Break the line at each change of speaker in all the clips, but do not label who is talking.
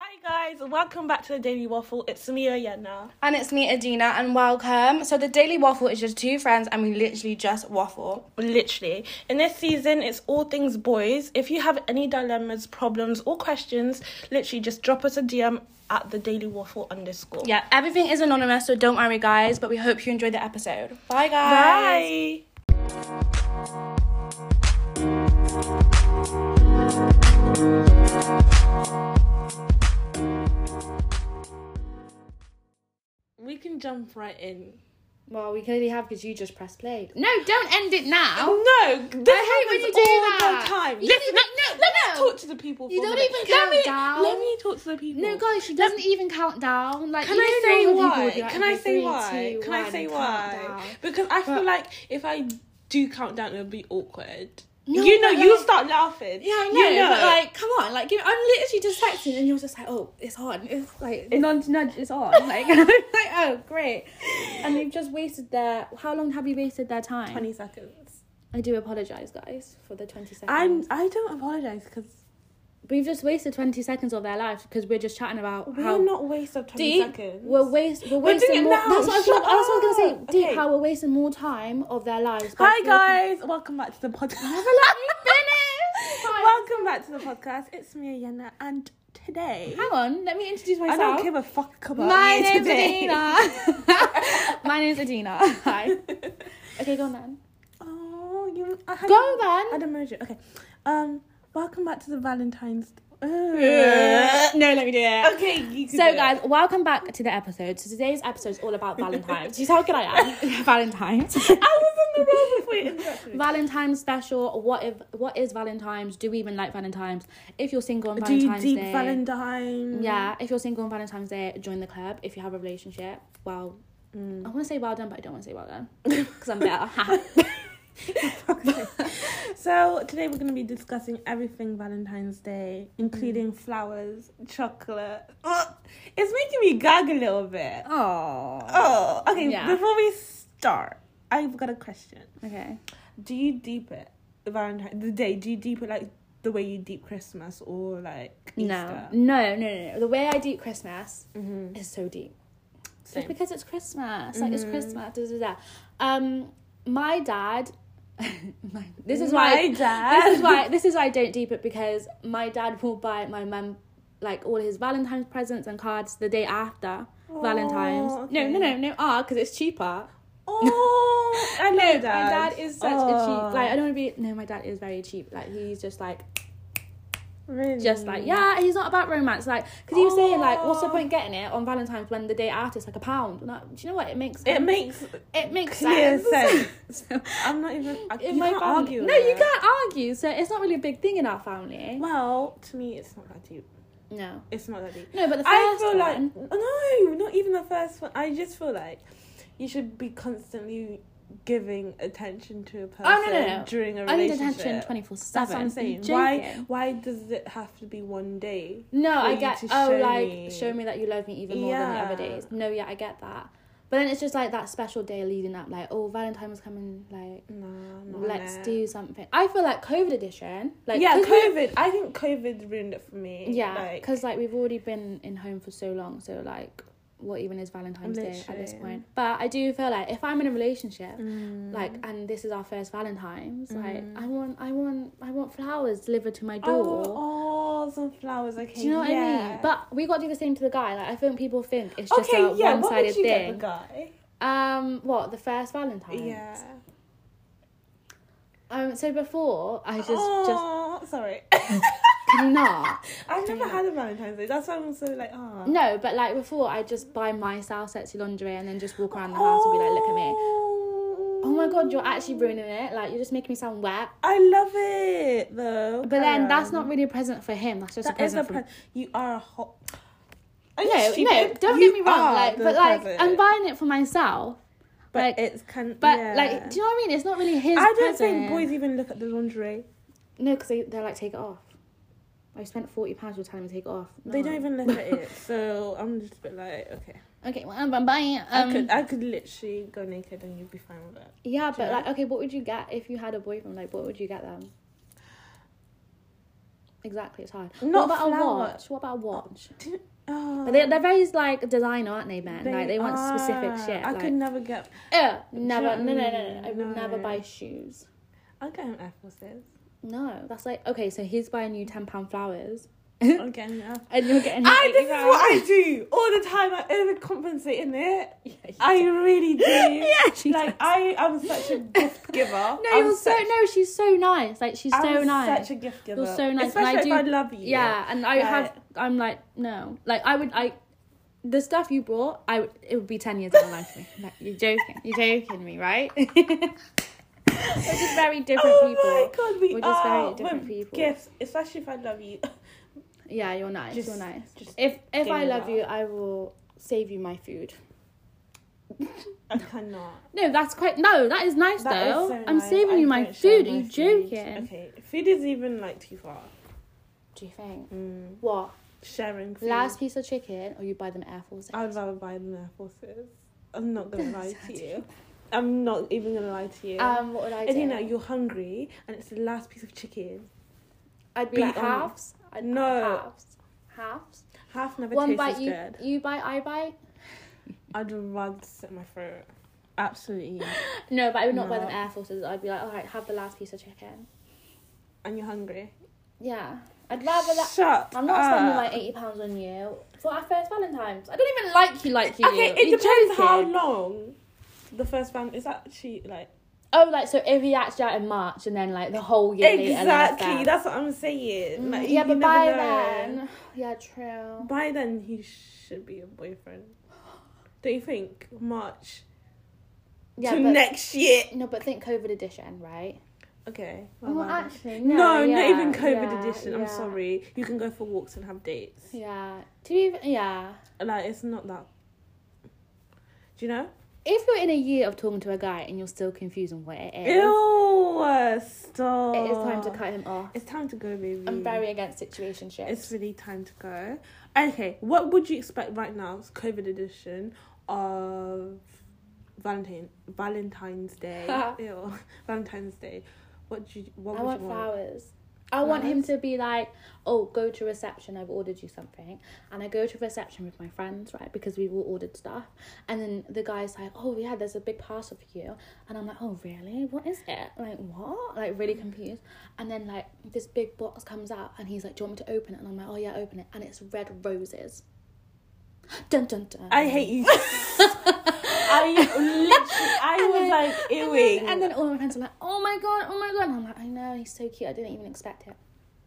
Hi guys, welcome back to the Daily Waffle. It's me, Yana.
And it's me, Adina, and welcome. So the Daily Waffle is just two friends, and we literally just waffle.
Literally. In this season, it's all things boys. If you have any dilemmas, problems, or questions, literally just drop us a DM at the Daily Waffle underscore.
Yeah, everything is anonymous, so don't worry, guys. But we hope you enjoy the episode. Bye, guys.
Bye. We can jump right in.
Well, we clearly have because you just pressed play.
No, don't end it now.
No, this
hate when
happens
you do
all
that.
the time.
You
Listen,
do-
let, let
no,
me
no.
talk to the people.
You
for a
don't
minute.
even
let
count
me,
down.
Let me talk to the people.
No, guys, she doesn't even count down. Like,
Can
you
I
just
say
tell the people,
why?
be like,
Can I
okay,
say
three,
why?
two,
Can I
one,
say
count
why?
down.
Because I feel
But-
like if I do count down, it'll be awkward.
No,
you know,
but
you
like-
start laughing.
Yeah, I know,
You know.
but like, come on, like, you know, I'm literally just texting, and you're just like, oh, it's on. It's like nudge, nudge, it's on. Like, I'm like, oh, great. And they've just wasted their. How long have you wasted their time?
twenty seconds.
I do apologize, guys, for the twenty seconds.
I'm. I don't apologize because
We've just wasted 20 seconds of their life because we're just chatting about
we're
how.
not waste of twenty
Deep,
seconds.
We're, waste, we're
We're doing
wasting
it
more.
now,
That's what, I was,
shut
that's what I was going
up.
to say. Deep,
Okay.
how we're wasting more time of their lives. by
Hi
talking-
guys, welcome back to the podcast.
let me finish. Hi.
Welcome back to the podcast. It's me, Yenna, and today
Hang on, let me introduce
I
myself.
don't give a fuck about
My
you
name's
today.
Adina. My name's Adina. Hi. Okay, go on then.
Oh, you. I had
Go then.
I'd emoji. Okay. Um. Welcome back to the Valentine's. Uh,
No, let me do it.
Okay. You can
So,
do
guys, welcome back to the episode. So, today's episode is all about Valentine's. You see how good I am? Valentine's.
It. I was on the roll before you.
Valentine's special. What if? What is Valentine's? Do we even like Valentine's? If you're single on
Do you
Valentine's
deep
Day,
Valentine?
yeah. If you're single on Valentine's Day, join the club. If you have a relationship, well, I want to say well done, but I don't want to say well done because I'm better.
So today we're gonna be discussing everything Valentine's Day,
Mm.
including flowers, chocolate. Ugh, it's making me gag a little bit.
oh.
Oh. Okay.
Yeah.
Before we start, I've got a question.
Okay.
Do you deep it the Valentine the day? Do you deep it like the way you deep Christmas or like
No.
Easter?
no, no, no, no. The way I deep Christmas
Mm-hmm.
is so deep. Just
Same. Mm-hmm.
because it's Christmas, like it's Christmas. Da, da, da. Um, my dad. my, this is why
my dad.
this is why this is why I don't deep it because my dad will buy my mum like all his Valentine's presents and cards the day after Valentine's. No, no, no, no. Ah, because it's cheaper.
Oh, I Oh,
no,
know
my
that.
dad is such a cheap. Like I don't want to be. No, my dad is very cheap. Like he's just like
really?
just like yeah. He's not about romance. Like because he was saying like, what's the
Oh.
point getting it on Valentine's when the day after it's like a pound? And I- do you know what? It makes
It makes.
it makes
clear
sense. So,
I'm not even. I,
in
you
my
can't
family-
argue. with
No, you
that.
can't argue. So it's not really a big thing in our family.
Well, to me, it's not that deep.
No.
It's not that deep.
No, but the first
I feel like
one-
no, not even the first one. I just feel like you should be constantly giving attention to a person
Oh, no, no, no.
during a
I need
relationship.
attention twenty four seven.
That's what I'm saying. Why? Why does it have to be one day?
No,
for
I
you
get.
to
Oh,
show
like
me?
show me that you love me even more than the other
Yeah.
days. No, yeah, I get that. But then it's just like that special day leading up, like oh, Valentine's coming, like
No, I'm not on
let's
it.
do something. I feel like COVID edition, like
yeah,
'cause we-
COVID. I think COVID ruined it for me.
yeah,
Like,
because like, we've already been in home for so long, so like what even is Valentine's Day at this
Literally.
point? But I do feel like if I'm in a relationship,
mm,
like and this is our first Valentine's, like
Mm.
I want, I want, I want flowers delivered to my door.
oh, oh, some flowers. Okay,
Do you know what I
yeah.
mean? But we got to do the same to the guy. Like I think people think it's just
okay,
a
yeah. What
one-sided
would you get
thing.
the guy?
Um, what the first Valentine?
Yeah.
Um, so before I just
oh, sorry.
just can you not.
I've never had a Valentine's Day. That's why I'm so like, ah.
No, but like before, I just buy myself sexy lingerie and then just walk around the house and be like, "Look at me! Oh my god, you're actually ruining it! Like you're just making me sound wet."
I love it though.
But then that's not really a present for him. That's just a
That is
present
a
for
pre- you are a hot. Are you
no, no.
stupid?
Don't
You
get me wrong.
are
Like,
the
but like,
present.
I'm buying it for myself.
But
like-
it's kind.
But
yeah.
like, do you know what I mean? It's not really his.
I don't
present.
think boys e- even look at the lingerie.
No, because they they're like take it off. I spent forty pounds. You're telling me to take it off.
They
No.
don't even look at it. So I'm just a bit like, okay.
Okay, well I'm buying it.
I
Um,
could I could literally go naked and you'd be fine with it.
yeah,
you
but
know?
like, okay, what would you get if you had a boyfriend? Like, what would you get them? Exactly, it's hard.
Not
what about a
flower.
watch? What about a watch?
Oh,
They, they're very like designer, aren't they, man?
they
like they want specific
are.
shit.
I
like,
could never get.
Ugh, never. No, no, no, no.
Mm,
I would never
no.
buy shoes.
I'll get him Apple says.
No, that's like okay. So he's buying you ten pound flowers,
I'll get him Apple.
and you're getting.
I, Ah,
him
this is
80
what I do all the time. I overcompensate in it.
pounds.
I really do.
yeah, she
Like
does.
I, I'm such a gift giver. No,
No, you're so no. She's so nice. Like she's
I'm
so nice.
Such a gift giver.
You're so nice, and
Especially
I
if
do-
I love you.
yeah, and I
Like-
have. I'm like no. Like I would. I the stuff you brought. I would. It would be ten years of my life. for me. Like, you're joking. You're joking me, right? We're just very different
oh
people.
my god, we
We're just very
are.
different
We're
people.
Gifts, especially if I love you.
Yeah, you're nice.
Just-
you're nice.
just
if if
give
I
it
love
up.
you, I will save you my food.
I cannot.
No, that's quite no. That is nice
That is
though.
so
I'm
nice.
saving
I
you my
don't share
food. Are you
my food.
joking?
Okay, food is even like too far.
Do you think
Mm.
what
Sharing food.
last piece of chicken or you buy them Air Force?
I'd
Xs?
rather buy them Air Forces. I'm not gonna lie to you. I'm not even gonna lie to you.
Um, what would I do?
and you know you're hungry, and it's the last piece of chicken.
I'd be
Be
like
honest.
halves. I'd
No.
halves. Halves.
Half never
One
tastes
bite
as
you
good.
you bite I bite.
I'd rather sit my throat. Absolutely.
No, but I would not buy
No.
them Air Forces. I'd be like, all right, have the last piece of chicken.
and you're hungry.
Yeah, I'd rather that.
Shut.
I'm not
up.
spending like eighty pounds on you for our first Valentine's. I don't even like you like you.
Okay, it
You're
depends how
joking.
long the first round is actually like.
Oh, like so if he acts out in March and then like the whole year later. last
exactly,
Feb.
that's what I'm saying. Like,
Mm, yeah,
you
but
never
by
know.
then, yeah, true.
by then he should be a boyfriend. Don't you think March
Yeah,
to
but,
next year?
no, but think COVID edition, right?
Okay.
Well,
Oh, well, well.
actually, no,
no,
yeah,
not even COVID
yeah,
edition. I'm
yeah.
sorry. You can go for walks and have dates.
Yeah, do you even? Yeah,
Like it's not that. Do you know?
if you're in a year of talking to a guy and you're still confused on what it is,
Ew! Stop.
it is time to cut him off.
It's time to go, baby.
I'm very against situationships.
It's really time to go. Okay, what would you expect right now? It's COVID edition of Valentine Valentine's Day. Ew, Valentine's Day. What do you? What
I
would
want
you want?
flowers. I want him to be like, oh, go to reception. I've ordered you something, and I go to reception with my friends, right? Because we've all ordered stuff, and then the guy's like, oh yeah, there's a big parcel for you, and I'm like, oh really? What is it? Like what? Like really
Mm.
confused. And then like this big box comes out, and he's like, do you want me to open it? And I'm like, oh yeah, open it, and it's red roses. Dun dun dun.
I hate you. I literally, I was like
and
ewing.
then, and then all my friends are like, oh my god, oh my god. And I'm like, I know, he's so cute. I didn't even expect it.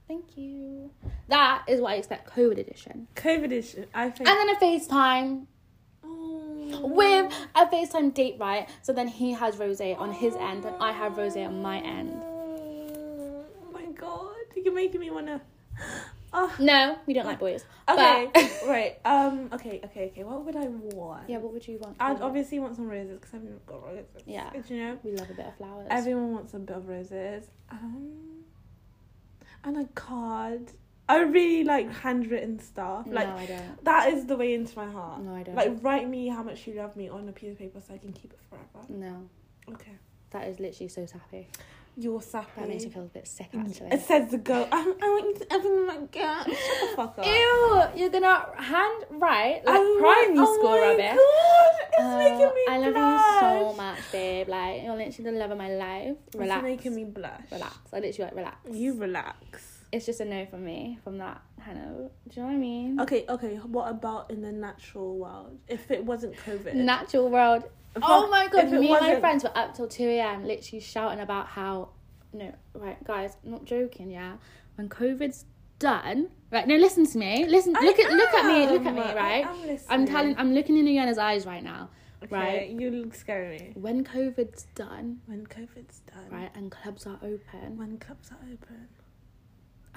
Thank you. That is what I expect COVID edition.
COVID edition. I think.
And then a FaceTime
Oh.
with a FaceTime date, right? So then he has rose on his end and I have rose on my end.
Oh my god! You're making me wanna. Oh.
No, we don't like boys.
Okay.
But-
right. Um. Okay. Okay. Okay. What would I want?
yeah, what would you want?
I'd obviously want some roses because I've never got roses.
Yeah.
Do you know?
we love a bit of flowers.
Everyone wants a bit of roses. Um, and a card. I really like handwritten stuff. Like
no, I don't.
that is the way into my heart.
No, I don't.
Like write me how much you love me on a piece of paper so I can keep it forever.
no,
Okay.
that is literally so sappy.
You're sappy.
That makes me feel a bit sick, actually.
Mm. It says the girl. I, I want you to everything my girl. Shut the fuck up.
Ew, you're gonna handwrite like
Oh my-
primary
oh
school
my
rubbish.
God, it's
Oh,
making me
I love
blush.
you so much, babe. Like you're literally the love of my life. Relax.
It's making me blush.
relax. I literally like relax.
You relax.
It's just a no from me from that kind of. Do you know what I mean?
Okay, okay. What about in the natural world? If it wasn't COVID,
Natural world.
Fuck,
oh my god,
if
me
it
and my
wasn't-
friends were up till two a.m. literally shouting about how. No, right, guys, I'm not joking. Yeah, when COVID's done, right? No, listen to me. Listen,
I
look at look at me, look at
am.
me,
I
right?
am listening.
I'm telling, I'm looking in Iana's eyes right now.
Okay,
right.
You look scary.
When COVID's done,
When COVID's done,
right, and clubs are open,
When clubs are open,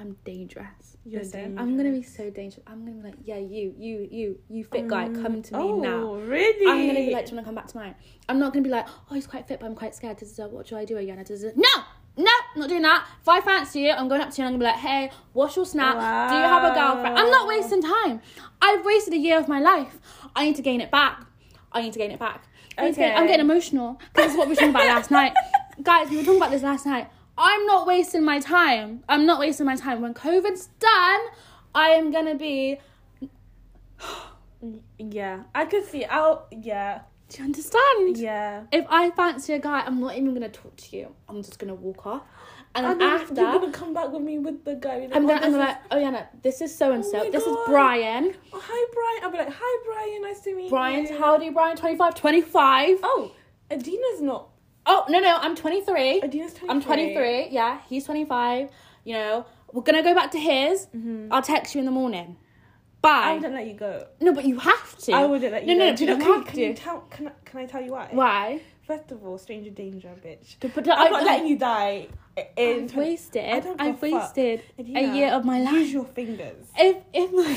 I'm dangerous.
You're
Listen, I'm gonna be so dangerous. I'm gonna be like, yeah, you, you, you, you fit guy, come to me
oh,
now.
really?
I'm gonna be like, do you wanna come back tomorrow? I'm not gonna be like, oh, he's quite fit, but I'm quite scared. Does what should I do, Ayana? Does it? No, no, I'm not doing that. If I fancy you, I'm going up to you and I'm gonna be like, hey, what's your snap? Do you have a girlfriend? I'm not
Wow.
wasting time. I've wasted a year of my life. I need to gain it back. I need to gain it back. I need to gain-
Okay.
I'm getting emotional. This is what we were talking about last night, guys. We were talking about this last night. I'm not wasting my time. I'm not wasting my time. When COVID's done, I am gonna be.
Yeah, I could see. I'll. Yeah,
Do you understand?
yeah.
If I fancy a guy, I'm not even gonna talk to you. I'm just gonna walk off. And
And
then
then
after,
you're gonna come back with me with the guy. You're
I'm
like,
gonna, I'm
oh,
gonna
this
like, oh yeah, no, this is so and
Oh
so.
my
This is
God.
Brian.
is- oh, hi Brian. I'll be like, hi Brian, nice to meet
Brian's
you.
how old are you, Brian? 25? 25?
Oh, Adina's not.
Oh, no, no, I'm 23.
Adina's 23.
I'm 23. Yeah, he's 25. You know, we're gonna go back to his. I'll text you in the morning.
Mm-hmm. I
Bye.
wouldn't let you go.
No, but you have to.
I wouldn't let you
No,
go.
no,
Do you
you
know, can,
have
can, you
to.
tell, can, I, can I tell you why?
Why?
First of all, stranger danger, bitch.
To put
I'm not letting you die. In
I've wasted.
I don't give
I've
a fuck.
wasted
Adina,
a year of my life.
Use your fingers.
if if my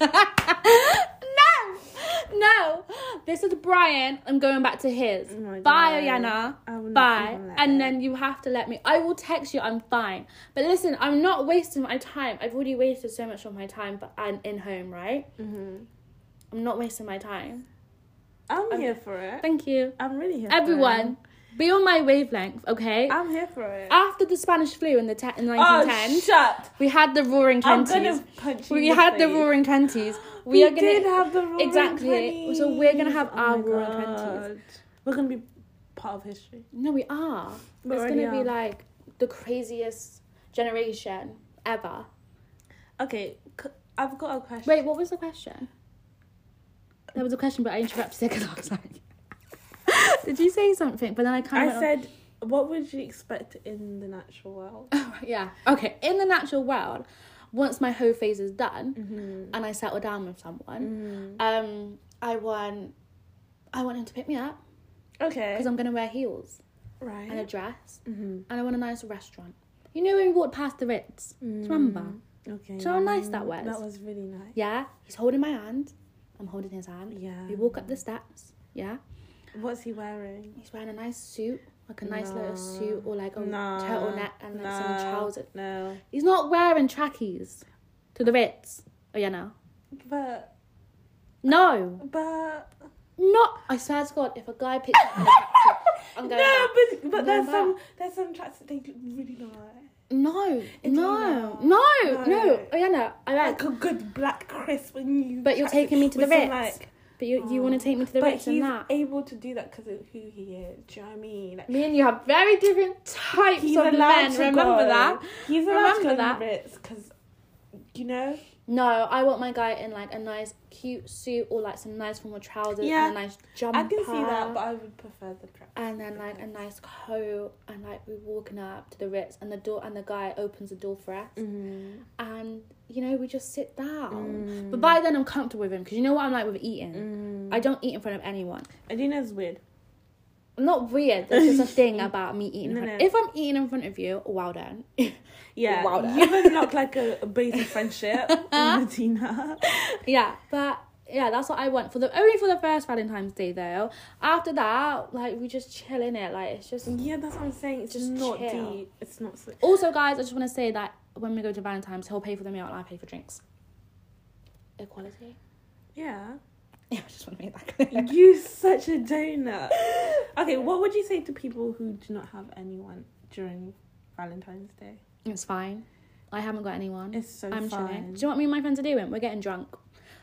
no no this is brian i'm going back to his
Oh my
bye
God.
yana
I will not
bye
even let
and
that.
then you have to let me i will text you i'm fine but listen i'm not wasting my time i've already wasted so much of my time but i'm in home right
Mm-hmm.
i'm not wasting my time
I'm
I'm-
here for it.
thank you
I'm really here.
everyone be on my wavelength okay
for it. I'm here for it.
after the spanish flu in the te- in 1910
Ah. oh, shut.
we had the roaring
I'm
20s
gonna punch you.
we
in
had the
face.
roaring 20s we,
We,
are gonna
did have the roaring
Exactly.
20s.
So we're gonna have our
my
roaring
God.
20s.
We're gonna be part of history.
No, we are.
We
it's
already
gonna
are.
be like the craziest generation ever.
Okay, c- I've got a question.
Wait, what was the question? There was a question, but I interrupted because I was like, "Did you say something?" But then I kind of
I said, what would you expect in the natural world?
oh, "Yeah, okay." In the natural world, once my whole phase is done
Mm-hmm.
and I settle down with someone, um, I want, I want him to pick me up
Okay.
because I'm gonna wear heels and a
Right.
dress,
Mm-hmm.
and I want a nice restaurant. You know when we walked past the Ritz, do you remember?
Mm. Okay. mm.
So how nice that was.
That was really nice.
Yeah, he's holding my hand. I'm holding his hand.
Yeah.
We walk up the steps. Yeah,
What's he wearing?
he's wearing a nice suit, like a nice little
Nah.
suit, or like a
Nah.
turtleneck and like some
Nah.
trousers.
No.
He's not wearing trackies to the Ritz. Oh yeah, no,
But
no,
but
not. I swear to God, if a guy picks up in a taxi, I'm going.
no,
back.
but but
I'm
there's
going
some there's some tracks that they look really nice.
No,
It's
no, no,
not.
no,
No.
Oh yeah, no. I like,
Like a good black crisp when you.
But you're
tracksuit
taking me to the
with some,
Ritz. but you you want to take me to the
oh. but
Ritz
he's
and that.
able to do that because of who he is. Do you know what I mean? Like,
Me and you have very different types
he's
of
allowed
men.
to
Remember
go.
that.
He's allowed to go
Remember
to the
that.
Ritz because you know.
No, I want my guy in like a nice cute suit or like some nice formal trousers
Yeah,
and a nice jumper.
I can see that, but I would prefer the track.
and then like a nice coat and like we're walking up to the Ritz and the door and the guy opens the door for us
Mm.
and you know we just sit down. Oh.
Mm-hmm.
But by then I'm comfortable with him because you know what I'm like with eating.
Mm.
I don't eat in front of anyone.
Adina's weird.
I'm not weird. There's just a thing about me eating. in
No,
front-
no.
If I'm eating in front of you, well done.
Yeah,
Wow,
you've unlocked like a, a basic friendship with Adina.
yeah, but yeah, that's what I want for the only for the first Valentine's Day though. After that, like we just chill in it. Like it's just
Yeah, that's what I'm saying. It's just
Just
not
chill.
deep. It's not. So-
Also, guys, I just want to say that when we go to Valentine's, he'll pay for the meal and I pay for drinks. Equality.
yeah,
Yeah, I just want to make that clear.
you such a donut. Okay, what would you say to people who do not have anyone during Valentine's Day?
It's fine. I haven't got anyone.
It's so
I'm
fun.
chilling. Do you know what me and my friends are doing? We're getting drunk.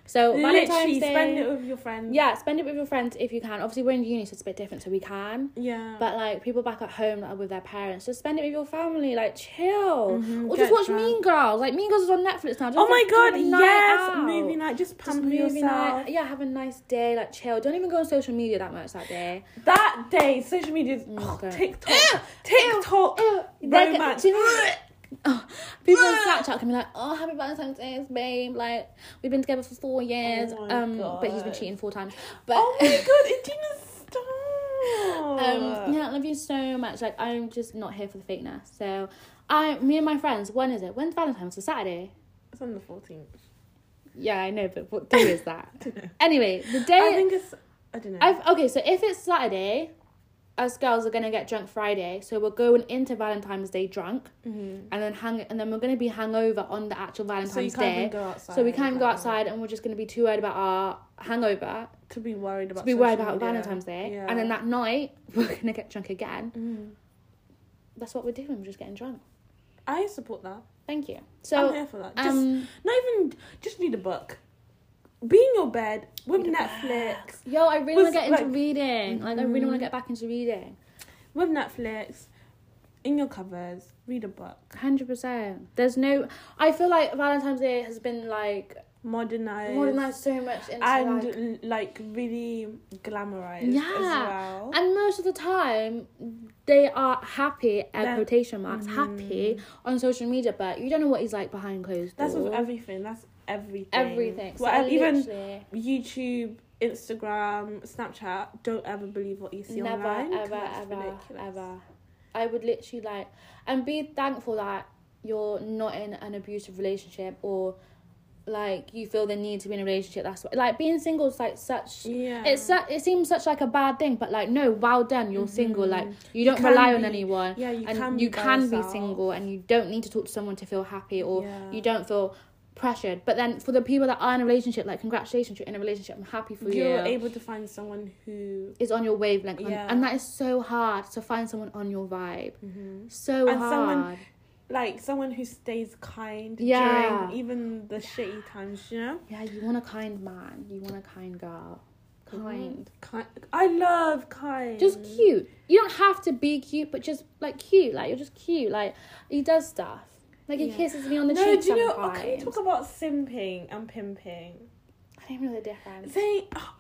So
Literally
Valentine's Day.
spend it with your friends.
yeah, spend it with your friends if you can. Obviously, we're in uni, so it's a bit different, so we can.
yeah.
But like people back at home that are with their parents, just spend it with your family. Like chill,
Mhm,
or
get
just watch
drunk.
Mean Girls. Like Mean Girls is on Netflix now. Just,
oh my
like,
god,
have a night
yes,
out.
movie night. Just
Just
pamper
movie
yourself.
night. Yeah, have a nice day. Like chill. Don't even go on social media that much that day.
That day, social media,
Mm,
oh,
don't.
TikTok, TikTok, Oh,
They're go-
romance.
do you know- Oh, people on Snapchat can be like, "Oh, happy Valentine's Day, babe! Like we've been together for four years,
Oh my
um, but he's been
God.
cheating four times. But
oh my god, Adina, stop.
um, yeah, I love you so much. Like I'm just not here for the fakeness. So, I, me and my friends, when is it? When's Valentine's? It's a Saturday.
It's on the 14th.
Yeah, I know, but what day is that? anyway, the day
I think it's, I don't know.
I've okay, so if it's Saturday, us girls are gonna get drunk Friday, so we're going into Valentine's Day drunk,
Mm-hmm.
and then hang, and then we're gonna be hangover on the actual Valentine's
so you can't even
Day.
go outside.
so we can't go
like,
outside, and we're just gonna be too worried about our hangover
To be worried about
to be worried
social
about
media.
Valentine's Day,
Yeah. Mm.
and then that night we're gonna get drunk again. that's what we're doing. We're just getting drunk.
I support that.
Thank you.
I'm
So,
here for that. Just
um,
not even just read a book. Be in your bed with
Read a
Netflix.
yo, I really
Was,
want to get into
like-
reading. Like, I really want
Mhm.
to get back into reading.
With Netflix, in your covers, read a book.
Hundred percent. There's no. I feel like Valentine's Day has been like
Modernize.
modernized so much into
And
like,
l- like really glamorized as
Yeah.
well.
and most of the time they are happy
Yeah.
at quotation marks happy on social media, but you don't know what he's like behind closed
Mm. That's
doors.
with everything. That's everything.
everything. So
Well,
I
and even
literally
YouTube, Instagram, Snapchat. Don't ever believe what you see
never
online. 'cause
ever
that's
ever
ridiculous.
ever. I would literally like and be thankful that you're not in an abusive relationship or like you feel the need to be in a relationship. That's what like being single is like such
Yeah.
It's su- it seems such like a bad thing, but like no, well done. You're single. Like you don't
Mm-hmm. can
rely on
be-
anyone,
yeah, you
and
can
you
be by
can be
yourself.
single, and you don't need to talk to someone to feel happy, or
Yeah.
you don't feel pressured. But then for the people that are in a relationship, like congratulations, you're in a relationship. I'm happy for you.
You're able to find someone who.
is on your wavelength, and-
Yeah.
and that is so hard to find someone on your vibe.
Mhm.
So
And
hard.
someone- like someone who stays kind
Yeah.
during even the shitty times, you know?
yeah, you want a kind man. You want a kind girl.
Mm-hmm.
Kind.
Mm, Kind I love kind.
Just cute. You don't have to be cute, but just like cute. Like you're just cute. Like he does stuff. Like he
Yeah.
kisses me on the
No,
cheek
do you know? oh,
sometimes.
Can you talk about simping and pimping?
I don't even know the difference.
Say oh,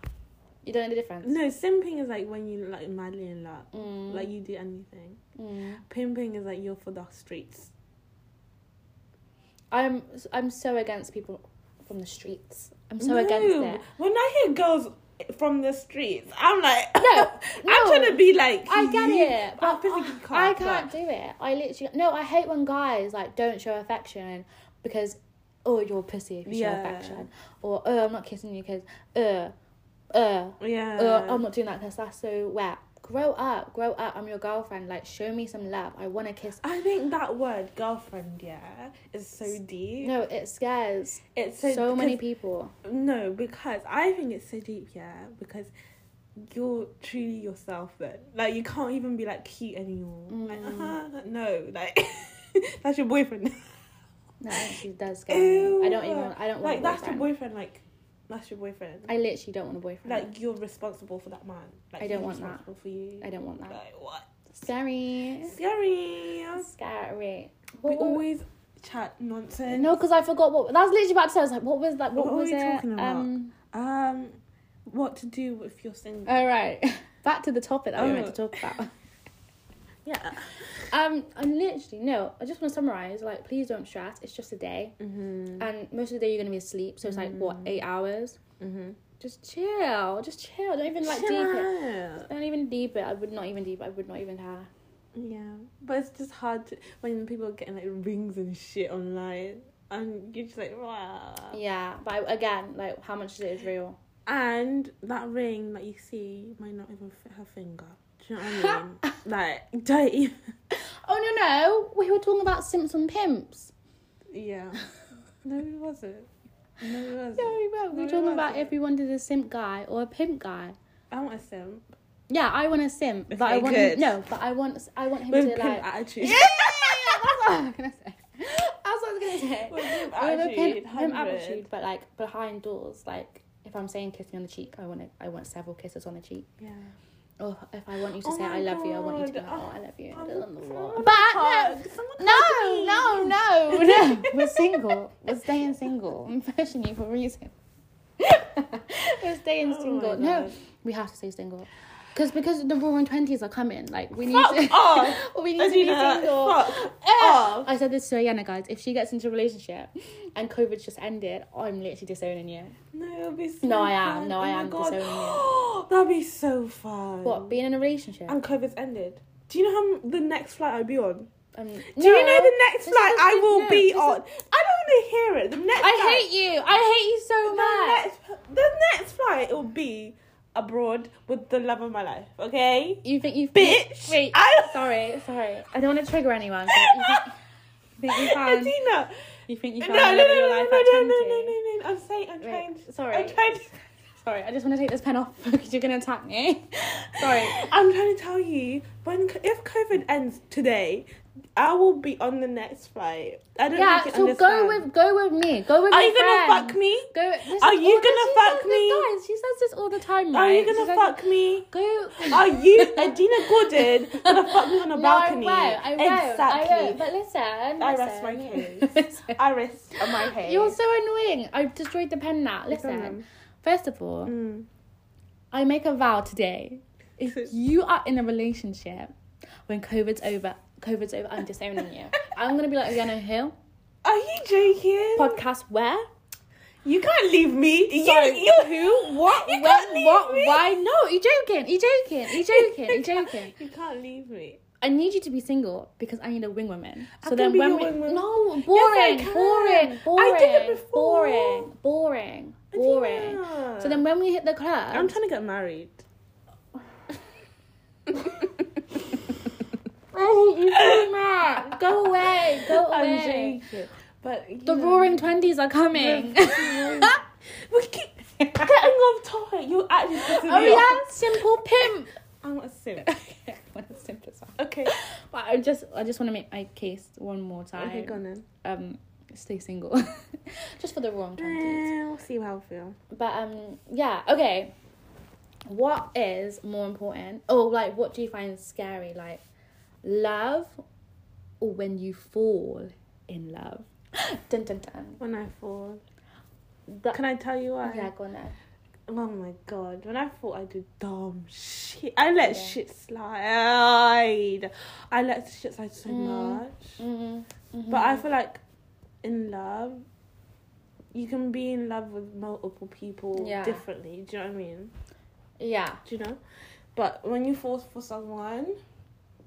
You don't know the difference.
no. Simping is like when you like madly in love,
Mm.
like you do anything.
Mm.
Pimping is like you're for the streets.
I'm I'm so against people from the streets. I'm so
No.
against it.
When I hear girls from the streets, I'm like,
No,
I'm
no.
trying to be like,
I get
you,
it,
I
but uh,
physically can't.
I
but-
can't do it. I literally no. I hate when guys like don't show affection because oh you're a pussy if you
Yeah.
show affection or oh I'm not kissing you because uh uh
Yeah.
uh, I'm not doing that because that's so wet. Grow up, grow up. I'm your girlfriend. Like, show me some love. I want to kiss.
I think that word girlfriend, yeah, is so deep.
No, it scares
it's
so,
so,
many
because-
people.
No, because I think it's so deep, yeah, because you're truly yourself then. Like you can't even be like cute anymore. Like
Mm.
uh-huh, no, like that's your boyfriend.
No, it actually does scare me. I don't
Ew.
even. I don't want.
like
a
that's your
boyfriend.
boyfriend, like that's your boyfriend.
I literally don't want a boyfriend.
like you're responsible for that man. Like
I don't
he's
want that.
responsible for you.
I don't want that.
Like what?
Scary.
Scary.
Scary.
We
What were-
always chat nonsense.
No, because I forgot what. That's literally about to say. I was like, what was like? What,
What were
was
we
it?
talking about?
Um.
Um what to do if you're single.
All right. Back to the topic that we were meant to
Oh.
talk about.
yeah.
Um, I'm literally no. I just want to summarize. Like, please don't stress. It's just a day,
Mhm.
and most of the day you're gonna be asleep. So it's like what eight hours.
Mhm.
Just chill. Just chill. Don't even like
Chill
deep it.
out.
Don't even deep it. I would not even deep. it. I would not even care.
Yeah, but it's just hard to, when people are getting like rings and shit online, and you're just like, wow.
Yeah, but I, again, like, how much of it is real?
And that ring that you see might not even fit her finger. Do you know what I mean? like, don't even.
Oh no no! We were talking about Simpson pimps.
Yeah. No, it wasn't. No, it wasn't.
No, we were.
No,
We were
it
talking about
wasn't.
if we wanted a simp guy or a pimp guy.
I want a simp.
Yeah, I want a simp, but I
Okay,
want
good.
him, no, but I want I want him
With
to
pimp
like.
attitude.
Yeah, that's what I was gonna say. That's what I was gonna say.
With pimp
I have a
attitude,
pimp, pimp
100.
attitude, but like behind doors, like if I'm saying kiss me on the cheek, I want to, I want several kisses on the cheek.
Yeah.
Or if I want you to
Oh
say
my
I love you, I want you to be
God.
like, oh, I love you.
Oh,
Oh,
someone
but
hug. Someone hug
no,
me.
no, no, no, no. We're single. We're staying single. I'm pushing you for a reason. We're staying
Oh
single.
my
No,
God.
we have to stay single. Because because the roaring twenties are coming, like we need
Fuck
to,
off.
we need to be
Adina,
single.
fuck
Ah!
off.
I said this to Rihanna, guys. If she gets into a relationship and COVID's just ended, I'm literally disowning you.
No, it'll be so
No, I am.
fun.
No,
Oh
I
my
am
God.
disowning
That'd be so fun.
What? Being in a relationship?
And COVID's ended. Do you know how m- the next flight I'll be on?
Um,
Do you know the next
this
flight
is-
I will
no,
be
this is-
on? I don't want to hear it. The next.
I
flight,
hate you. I hate you so much.
The next, the next flight will be abroad with the love of my life. Okay,
You think you've
bitch.
Wait,
I-
sorry, sorry. I don't want to trigger anyone. but You think you, think you found?
Adina.
You think you
No,
found
no,
the
no,
love
no,
of your
no,
life
no,
at
no, no,
20?
no, no, no. I'm saying, I'm
Wait,
trying. To,
sorry.
I'm trying. To,
Sorry, I just want to take this pen off because you're gonna attack me. Sorry.
I'm trying to tell you when c- if COVID ends today, I will be on the next flight. I don't.
Yeah,
think you
so
understand.
go with go with me. Go with
Are
my
you gonna
friend.
fuck me?
Go. This
Are
is
you
all that
gonna
she says,
fuck
this
me?
Guys, she says this all the time.
Are you
right? She's
gonna
like,
fuck me?
Go.
Are you Adina Gordon gonna fuck me on a
no,
balcony?
I won't. I won't.
Exactly.
I won't. But listen,
I rest my
listen.
case. I rest on my head.
You're so annoying. I've destroyed the pen now. Listen. First of all,
Mm.
I make a vow today. If
Yes.
you are in a relationship when COVID's over, COVID's over, I'm disowning you. I'm gonna be like Yana Hill.
Are you joking?
Podcast where?
you can't leave me.
Sorry,
you, you who? What? You can't
When?
leave
What?
me.
Why? No, you joking? You joking? You joking? You joking?
You can't leave me.
I need you to be single because I need a wing woman.
I can be your
we-
wingwoman.
no
I
boring,
can.
boring, boring,
I did it before.
boring, boring, boring.
Adina.
So then when we hit the club,
I'm trying to get married.
oh, you're so mad. Go away, go
I'm
away.
joking. But you
The
know,
roaring twenties are coming.
We keep getting off topic. You actually.
oh yeah, simple pimp.
I'm a simp.
I want to simp this one.
Okay.
But I just, I just want to make my case one more time.
Okay, go on then.
um, stay single, just for the roaring twenties.
Eh, We'll see how I feel.
But um yeah, okay. What is more important? Oh, like what do you find scary? Like love or when you fall in love? dun dun dun.
When I fall.
That-
Can I tell you why?
yeah, go on now.
Oh my god, when I thought I did dumb shit, I let
Yeah.
shit slide. I let shit slide so
Mm.
much.
Mm, mhm.
But I feel like in love, you can be in love with multiple people
Yeah.
differently. Do you know what I mean?
yeah.
Do you know? But when you fall for someone,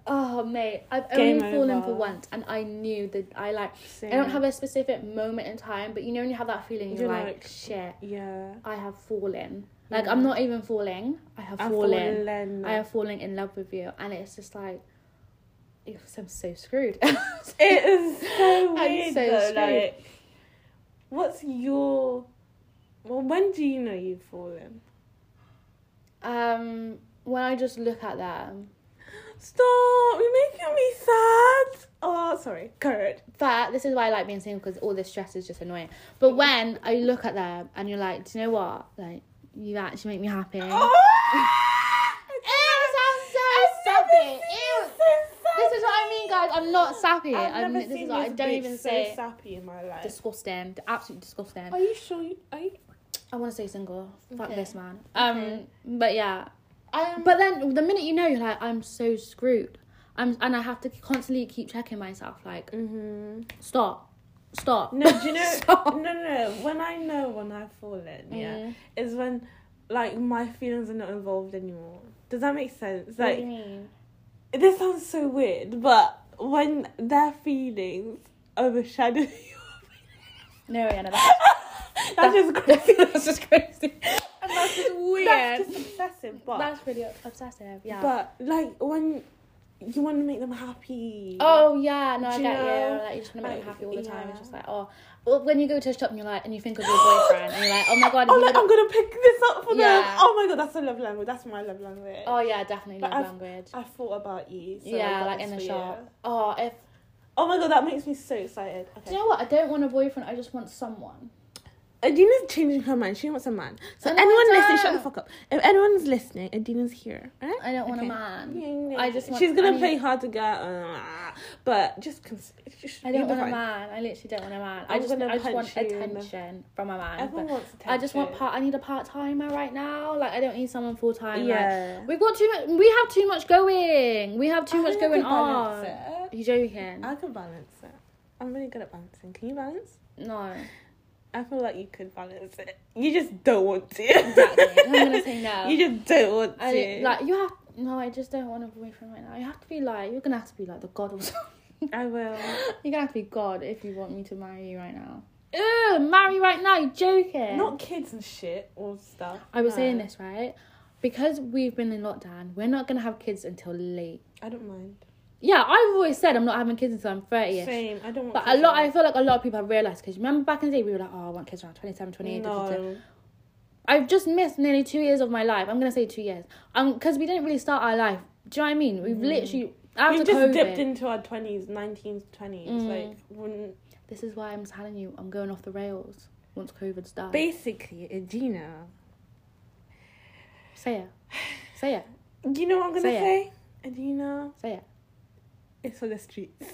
Oh mate, I've
Game
only fallen
over.
for once, and I knew that I like.
same.
I don't have a specific moment in time, but you know when you have that feeling, you're,
You're
like,
like,
shit,
Yeah.
I have fallen. Like
Yeah.
I'm not even falling. I have
I've
fallen.
fallen.
I have fallen in love with you, and it's just like, it was- I'm so screwed.
It is so
I'm
weird
so
though.
screwed.
Like, what's your? Well, when do you know you've fallen?
um, when I just look at them,
Stop! You're making me sad. Oh, sorry. Correct.
but this is why I like being single because all this stress is just annoying. But when I look at them and you're like, do you know what? Like, you actually make me happy.
Oh!
Ew,
I've
sounds so
never seen
sappy.
you
Ew.
so sad.
This is what I mean, guys. I'm not sappy.
I've
I'm,
never
this
seen
is what I
this
don't
bitch
even
so
say.
sappy in my life.
Disgusting, absolutely disgusting.
Are you sure? You, are you?
I want to say single. Fuck
Okay.
this man. Um,
Okay.
but yeah,
Um,
But then the minute you know, you're like, I'm so screwed. I'm, and I have to constantly keep checking myself. Like,
hmm
stop, stop.
No, do you know?
Mm-hmm. Stop.
no, no, no. When I know when I've fallen, yeah,
Mm.
is when like my feelings are not involved anymore. Does that make sense?
What do
Like
you mean?
this sounds so weird, but when their feelings overshadow your feelings,
No, Rihanna, that's,
that's, just crazy.
that's just crazy. And that's just weird.
That's just obsessive, but
That's really obsessive. Yeah.
but like when you want to make them happy.
oh yeah, no, I
Do
get
you
you.
know?
Like you just want to make
Like,
them happy all the time. It's
yeah.
just like, oh, well, when you go to a shop and you're like, and you think of your boyfriend, and you're like, oh my god,
Oh,
you
like,
would-
I'm gonna pick this up for them.
Yeah.
Oh my god, that's a love language. That's my love language.
oh yeah, definitely
But
love
I've-
language.
I thought about you. So I
yeah,
got
like
this
in the
for
shop.
you.
Oh, if
Oh my god, that makes me so excited. Okay.
do you know what? I don't want a boyfriend. I just want someone.
Uh, Adina's changing her mind. She wants a man. So
I know
anyone
I
listening, shut
don't.
the fuck up. If anyone's listening, Adina's here. Alright?
I don't want
Okay.
a man.
Yeah,
I just want-
she's gonna
I need-
play hard to get, uh, but just. Cons- just
I
you'll
don't
be
want a
fine.
man. I literally don't want a man. i
I'm
just,
gonna
I just
punch
want
you in the-
attention from a man.
Everyone
But
wants attention.
I just want part. I need a part timer right now. Like I don't need someone full time. Yeah.
Yeah.
we've got too much. We have too much going. We have too
I
much
think I
going
can balance
on.
it.
You joking?
I can balance it. I'm really good at balancing. Can you balance?
no.
I feel like you could balance it. You just don't want to.
Exactly. I'm gonna say no.
You just don't want to.
I, like you have. No, I just don't want a boyfriend right now. You have to be like. You're gonna have to be like the god or something.
I will.
you're gonna have to be god if you want me to marry you right now. Ew, marry right now. You joking?
Not kids and shit or stuff.
I was
no.
saying this right because we've been in lockdown. We're not gonna have kids until late.
I don't mind.
Yeah, I've always said I'm not having kids until I'm 30 -ish.
Same. I don't want
But a
kids
lot, I
around.
feel like a lot of people have realised because remember back in the day we were like, oh, I want kids around 27, 28. da, da, da."
No.
I I've just missed nearly two years of my life. I'm gonna say two years. Um, because we didn't really start our life. Do you know what I mean? We've literally after
we Mm. just
COVID.
dipped into our 20s, 19s, 20s.
Mm.
Like, when,
This is why I'm telling you, I'm going off the rails once COVID's done.
basically, Edina.
say it. Say it.
You know what I'm going to
Say it.
say? Edina,
Say it.
it's for the streets.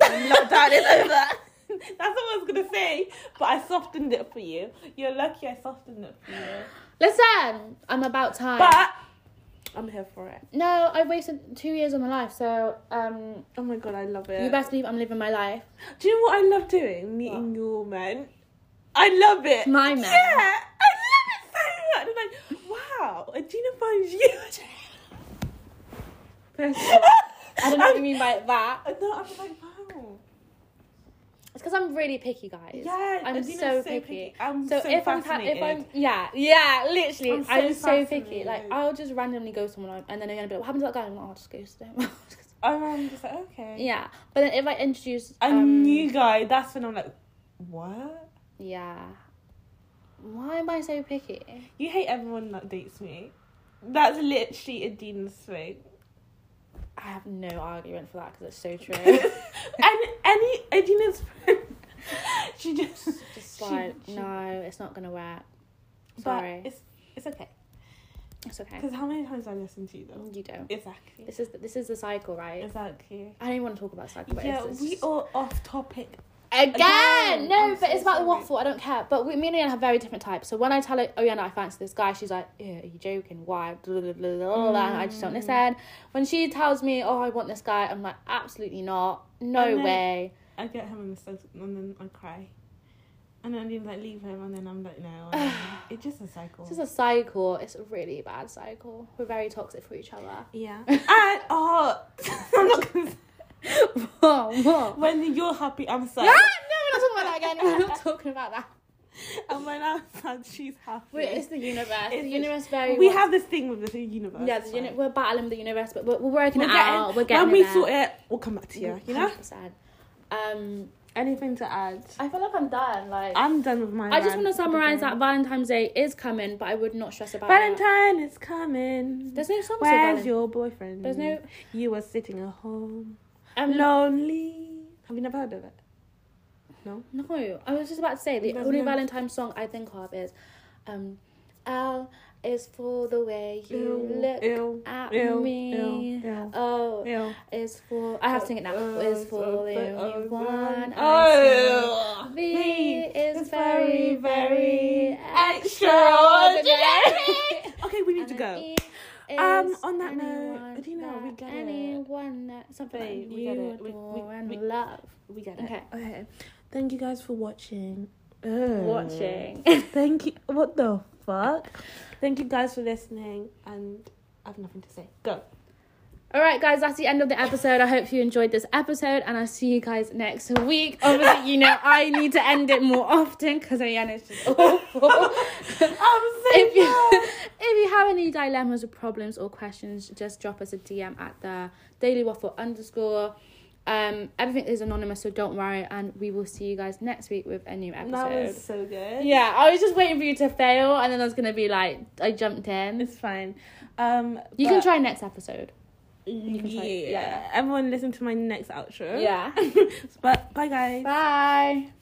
And Lockdown is over. That's what I was going to say. But I softened it for you. You're lucky I softened it for you.
Listen, I'm about time.
But I'm here for it.
no, I've wasted two years of my life, so um,
Oh my god, I love it.
you best believe I'm living my life.
Do you know what I love doing? Meeting your men. I love it.
My men.
Yeah, I love it so much. I'm like, wow, Adina finds you.
First of all, I don't know what you mean by that.
I know, I'm like, wow.
It's because I'm really picky, guys.
Yeah,
I'm
Adina's
so
picky.
picky.
I'm so,
So, if I'm ta-
fascinated.
if I'm yeah yeah literally
I'm
I'm
so
so, picky
fascinated.
like I'll just randomly go someone and then they're gonna be like what happened to that guy I'm like oh I'll just ghost him
I'm, um, just like, okay.
yeah but then if I introduce
A
um,
new guy, that's when I'm like, what?
yeah why am I so picky
You hate everyone that dates me. That's literally Adina's thing.
I have no argument for that because it's so true
and any Adina's friend, she just,
just
she-
like
she-
no it's not gonna work
but
sorry
it's it's okay.
it's okay
Because how many times I listen to you though?
you don't
Exactly.
this is the, this is the cycle right
Exactly.
I don't even want to talk about cycle but
yeah,
it's, it's
we
just-
are off topic.
Again,
Again.
no,
I'm
but
so
it's about the
sorry.
waffle. I don't care. But we, me and Ian have very different types. So when I tell her, oh yeah, no, I fancy this guy, she's like, yeah, are you joking? Why? Blah, blah, blah, blah, blah, and I just
Mm.
don't listen. When she tells me, oh, I want this guy, I'm like, absolutely not. No
And then-
way.
I get him in the stuff and then I cry. And then I'm like, leave him, and then I'm like, no. And then it's just a cycle.
This is a cycle. It's a really bad cycle. We're very toxic for each other.
yeah. and, oh, I'm not gonna say.
Whoa, whoa.
When you're happy, I'm
Ah,
sad.
no, we're not talking about that again. We're not talking about that.
and when I'm sad, she's happy.
Wait, it's the universe.
It's-
the universe very.
we
much-
have this thing with the universe.
Yeah, the
so-
uni- we're battling the universe, but we're, we're working
We're
it
getting,
out. We're getting
when we
there.
sort it, we'll come back to you. You know.
100%. Um,
Anything to add?
I feel like I'm done. Like,
I'm done with my.
I just want to
rant.
summarize that Valentine's Day is coming, but I would not stress about It.
Valentine is coming.
There's no song. for
Where's
Valentine.
your boyfriend?
There's no.
You were sitting at home,
Um, no.
lonely. Have you never heard of it?
I was just about to say the
There's
only
no-
Valentine song I think of is, um, L is for the way you
Ew,
look
ew,
at
ew,
me.
ew,
Oh,
ew, ew.
is for I have to sing it now.
Oh,
is for
so
the
bad.
only one. I
Oh,
see. V
me.
is
It's
very, very
extraordinary.
extraordinary.
Okay, we need to
And an
go.
E
Um,
is
on that note,
anyone
Adina, we
that
get it.
anyone that something
Babe,
that
we
you
get it. We-
adore
we-
and
we-
love.
We get it.
Okay.
Okay. Thank you guys for watching. Ugh.
Watching.
Thank you. What the fuck? Thank you guys for listening, and I have nothing to say. Go.
All right, guys, that's the end of the episode. I hope you enjoyed this episode, and I'll see you guys next week.
Oh
Obviously, you know I need to end it more often because Ariana's
Oh
just awful.
I'm
if you if you have any dilemmas or problems or questions, just drop us a DM at the Daily Waffle underscore. Um, everything is anonymous, so don't worry, and we will see you guys next week with a new episode.
That was so good.
Yeah, I was just waiting for you to fail, and then I was gonna be like, I jumped in.
It's fine. Um,
You can
but-
try next episode.
You
can try-
yeah.
yeah.
Everyone, listen to my next outro.
Yeah.
but bye, guys.
Bye.